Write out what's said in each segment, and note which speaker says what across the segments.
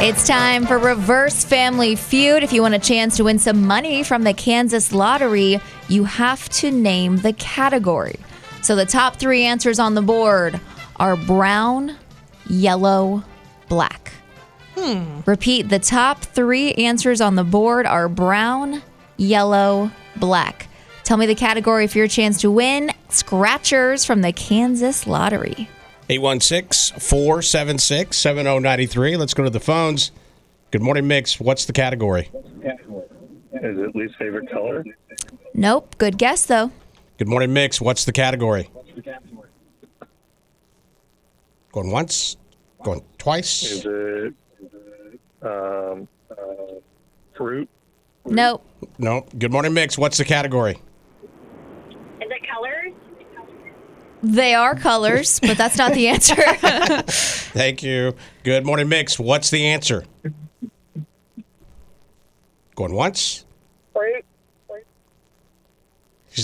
Speaker 1: It's time for Reverse Family Feud. If you want a chance to win some money from the Kansas lottery, you have to name the category. So the top three answers on the board are brown, yellow, black. Repeat the top three answers on the board are brown, yellow, black. Tell me the category for your chance to win scratchers from the Kansas lottery.
Speaker 2: 816 476 7093. Let's go to the phones. Good morning, Mix. What's the category?
Speaker 3: Is it least favorite color?
Speaker 1: Nope, good guess though.
Speaker 2: Good morning, Mix. What's the category? Going once, going
Speaker 3: Is
Speaker 2: twice.
Speaker 3: it um, uh, fruit?
Speaker 1: Nope.
Speaker 2: No. Good morning, Mix. What's the category?
Speaker 4: Is it colors?
Speaker 1: They are colors, but that's not the answer.
Speaker 2: Thank you. Good morning, Mix. What's the answer? Going once?
Speaker 4: Fruit?
Speaker 2: She-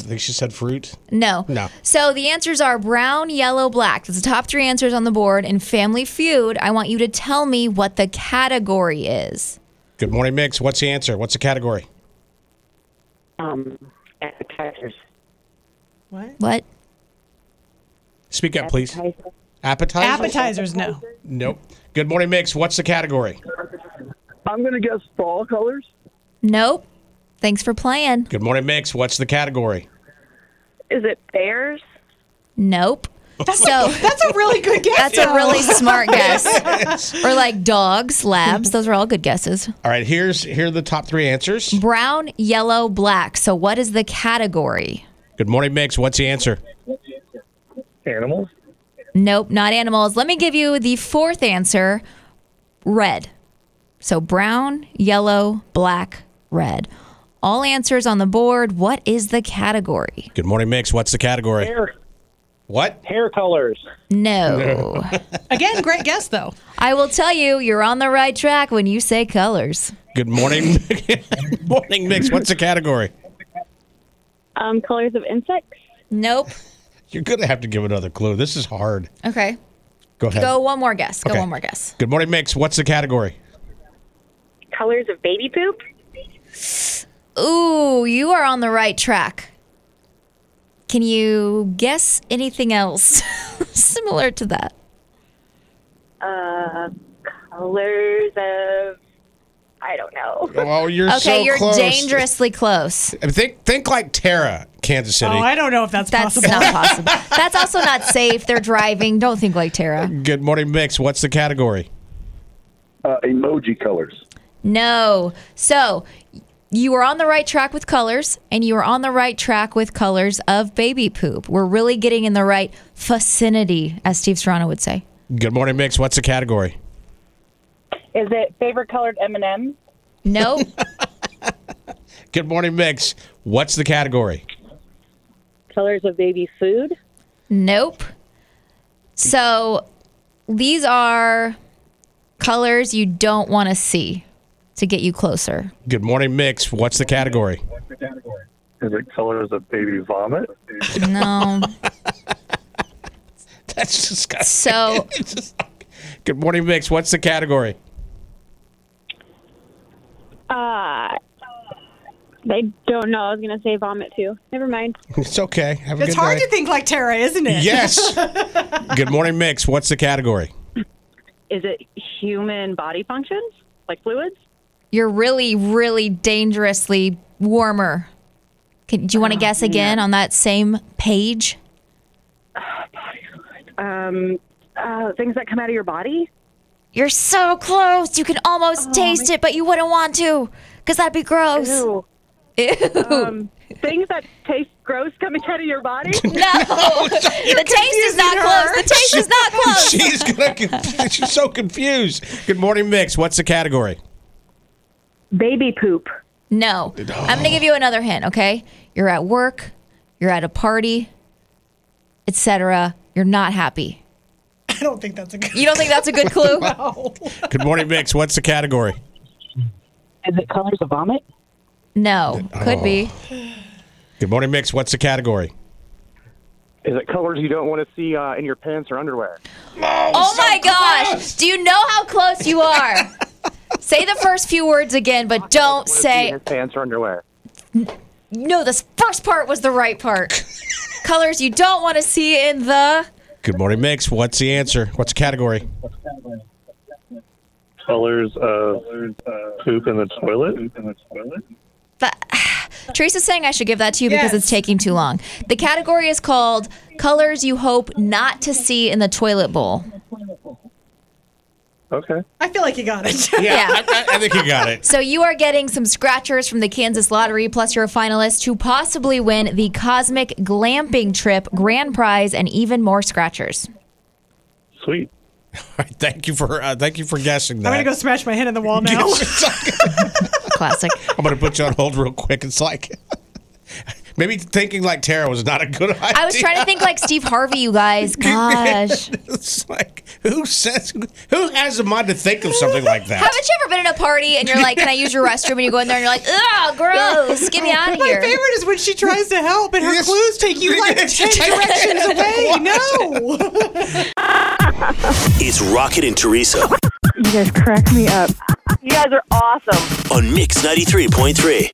Speaker 2: I think she said fruit.
Speaker 1: no.
Speaker 2: No.
Speaker 1: So the answers are brown, yellow, black. That's the top three answers on the board. In Family Feud, I want you to tell me what the category is.
Speaker 2: Good morning, Mix. What's the answer? What's the category?
Speaker 5: um, appetizers.
Speaker 6: What?
Speaker 1: What?
Speaker 2: Speak up, please.
Speaker 5: Appetizers.
Speaker 2: Appetizer?
Speaker 6: Appetizers, no.
Speaker 2: Nope. Good morning, Mix. What's the category?
Speaker 3: I'm going to guess fall colors.
Speaker 1: Nope. Thanks for playing.
Speaker 2: Good morning, Mix. What's the category?
Speaker 4: Is it bears?
Speaker 1: Nope. So
Speaker 6: That's a really good guess.
Speaker 1: that's a really smart guess. or like dogs, labs. Those are all good guesses.
Speaker 2: All right, here's here are the top three answers.
Speaker 1: Brown, yellow, black. So what is the category?
Speaker 2: Good morning, Mix. What's the answer?
Speaker 3: Animals?
Speaker 1: Nope, not animals. Let me give you the fourth answer red. So brown, yellow, black, red. All answers on the board. What is the category?
Speaker 2: Good morning, Mix. What's the category?
Speaker 3: Hair,
Speaker 2: What?
Speaker 3: hair colors.
Speaker 1: No.
Speaker 6: Again, great guess though.
Speaker 1: I will tell you, you're on the right track when you say colors.
Speaker 2: Good morning, Good morning, Mix. What's the category?
Speaker 4: Um, colors of insects?
Speaker 1: Nope.
Speaker 2: You're gonna have to give another clue. This is hard.
Speaker 1: Okay.
Speaker 2: Go ahead.
Speaker 1: Go one more guess. Go
Speaker 2: Okay.
Speaker 1: one more guess.
Speaker 2: Good morning, Mix. What's the category?
Speaker 4: Colors of baby poop?
Speaker 1: Ooh, you are on the right track. Can you guess anything else similar to that?
Speaker 4: Uh, colors of. I don't know.
Speaker 2: Oh, you're
Speaker 1: Okay,
Speaker 2: so
Speaker 1: you're
Speaker 2: close.
Speaker 1: dangerously close.
Speaker 2: I mean, Think, think like Tara, Kansas
Speaker 6: Oh,
Speaker 2: City.
Speaker 6: I don't know if that's,
Speaker 1: That's
Speaker 6: possible.
Speaker 1: not possible. That's also not safe. They're driving. Don't think like Tara.
Speaker 2: Good morning, Mix. What's the category?
Speaker 3: Uh, emoji colors.
Speaker 1: No. So you were on the right track with colors, and you were on the right track with colors of baby poop. We're really getting in the right vicinity, as Steve Serrano would say.
Speaker 2: Good morning, Mix. What's the category?
Speaker 5: Is it favorite colored M&M?
Speaker 1: No.
Speaker 2: Good morning, Mix. What's the category?
Speaker 5: Colors of baby food?
Speaker 1: nope. So these are colors you don't want to see to get you closer.
Speaker 2: Good morning, Mix. What's the category?
Speaker 3: Is it colors of baby vomit?
Speaker 1: No.
Speaker 2: That's disgusting.
Speaker 1: So
Speaker 2: It's just- Good morning, Mix. What's the category?
Speaker 4: Uh, they don't know. I was going to say vomit too. Never mind.
Speaker 2: It's okay. Have a
Speaker 6: It's
Speaker 2: good
Speaker 6: hard
Speaker 2: day.
Speaker 6: to think like Tara, isn't it?
Speaker 2: yes. good morning, Mix. What's the category?
Speaker 5: Is it human body functions? Like fluids?
Speaker 1: You're really, really dangerously warmer. Can, do you want to guess again on that same page?
Speaker 5: Um, uh, things that come out of your body?
Speaker 1: You're so close. You can almost taste it, but you wouldn't want to because that'd be gross.
Speaker 5: Ew. Um, things that taste gross coming out of your body?
Speaker 1: No, the taste is not close. The taste is not close.
Speaker 2: She's gonna. conf- She's so confused. Good morning, Mix. What's the category?
Speaker 5: baby poop.
Speaker 1: No. I'm going to give you another hint, okay? You're at work, you're at a party, etc. You're not happy.
Speaker 6: I don't think that's a good
Speaker 1: You don't think that's a good clue?
Speaker 2: Good morning, Mix. What's the category?
Speaker 5: Is it colors of vomit?
Speaker 1: No. Could be.
Speaker 2: Good morning, Mix. What's the category?
Speaker 7: Is it colors you don't want to see uh, in your pants or underwear?
Speaker 1: Oh my gosh. Do you know how close you are? Say the first few words again, but don't say
Speaker 7: His pants or underwear.
Speaker 1: no. This first part was the right part. Colors you don't want to see in the
Speaker 2: Good morning, Mix. What's the answer? What's the category?
Speaker 3: Colors of poop in the toilet. Poop in the toilet.
Speaker 1: Teresa's saying I should give that to you because
Speaker 6: Yes.
Speaker 1: it's taking too long. The category is called Colors You Hope Not to See in the Toilet Bowl.
Speaker 3: Okay.
Speaker 6: I feel like you got it.
Speaker 1: Yeah.
Speaker 2: I, I- I think you got it.
Speaker 1: So you are getting some scratchers from the Kansas Lottery, plus you're a finalist to possibly win the Cosmic Glamping Trip grand prize and even more scratchers.
Speaker 3: Sweet.
Speaker 2: All right, thank you for uh, thank you for guessing that.
Speaker 6: I'm gonna go smash my head in the wall now.
Speaker 1: Classic.
Speaker 2: I'm gonna put you on hold real quick. It's like maybe thinking like Tara was not a good idea.
Speaker 1: I was trying to think like Steve Harvey, you guys. Gosh.
Speaker 2: it's like who says who has the mind to think of something like that?
Speaker 1: Haven't you ever been in a party and you're like, can I use your restroom? And you go in there and you're like, ugh, gross. Get me out of
Speaker 6: Oh, My
Speaker 1: here.
Speaker 6: favorite is when she tries to help and her
Speaker 2: Yes.
Speaker 6: clues take you like
Speaker 2: Yes.
Speaker 6: 10 directions away. No.
Speaker 8: It's Rocket and Teresa
Speaker 5: You guys crack me up.
Speaker 4: You guys are awesome.
Speaker 8: on Mix 93.3.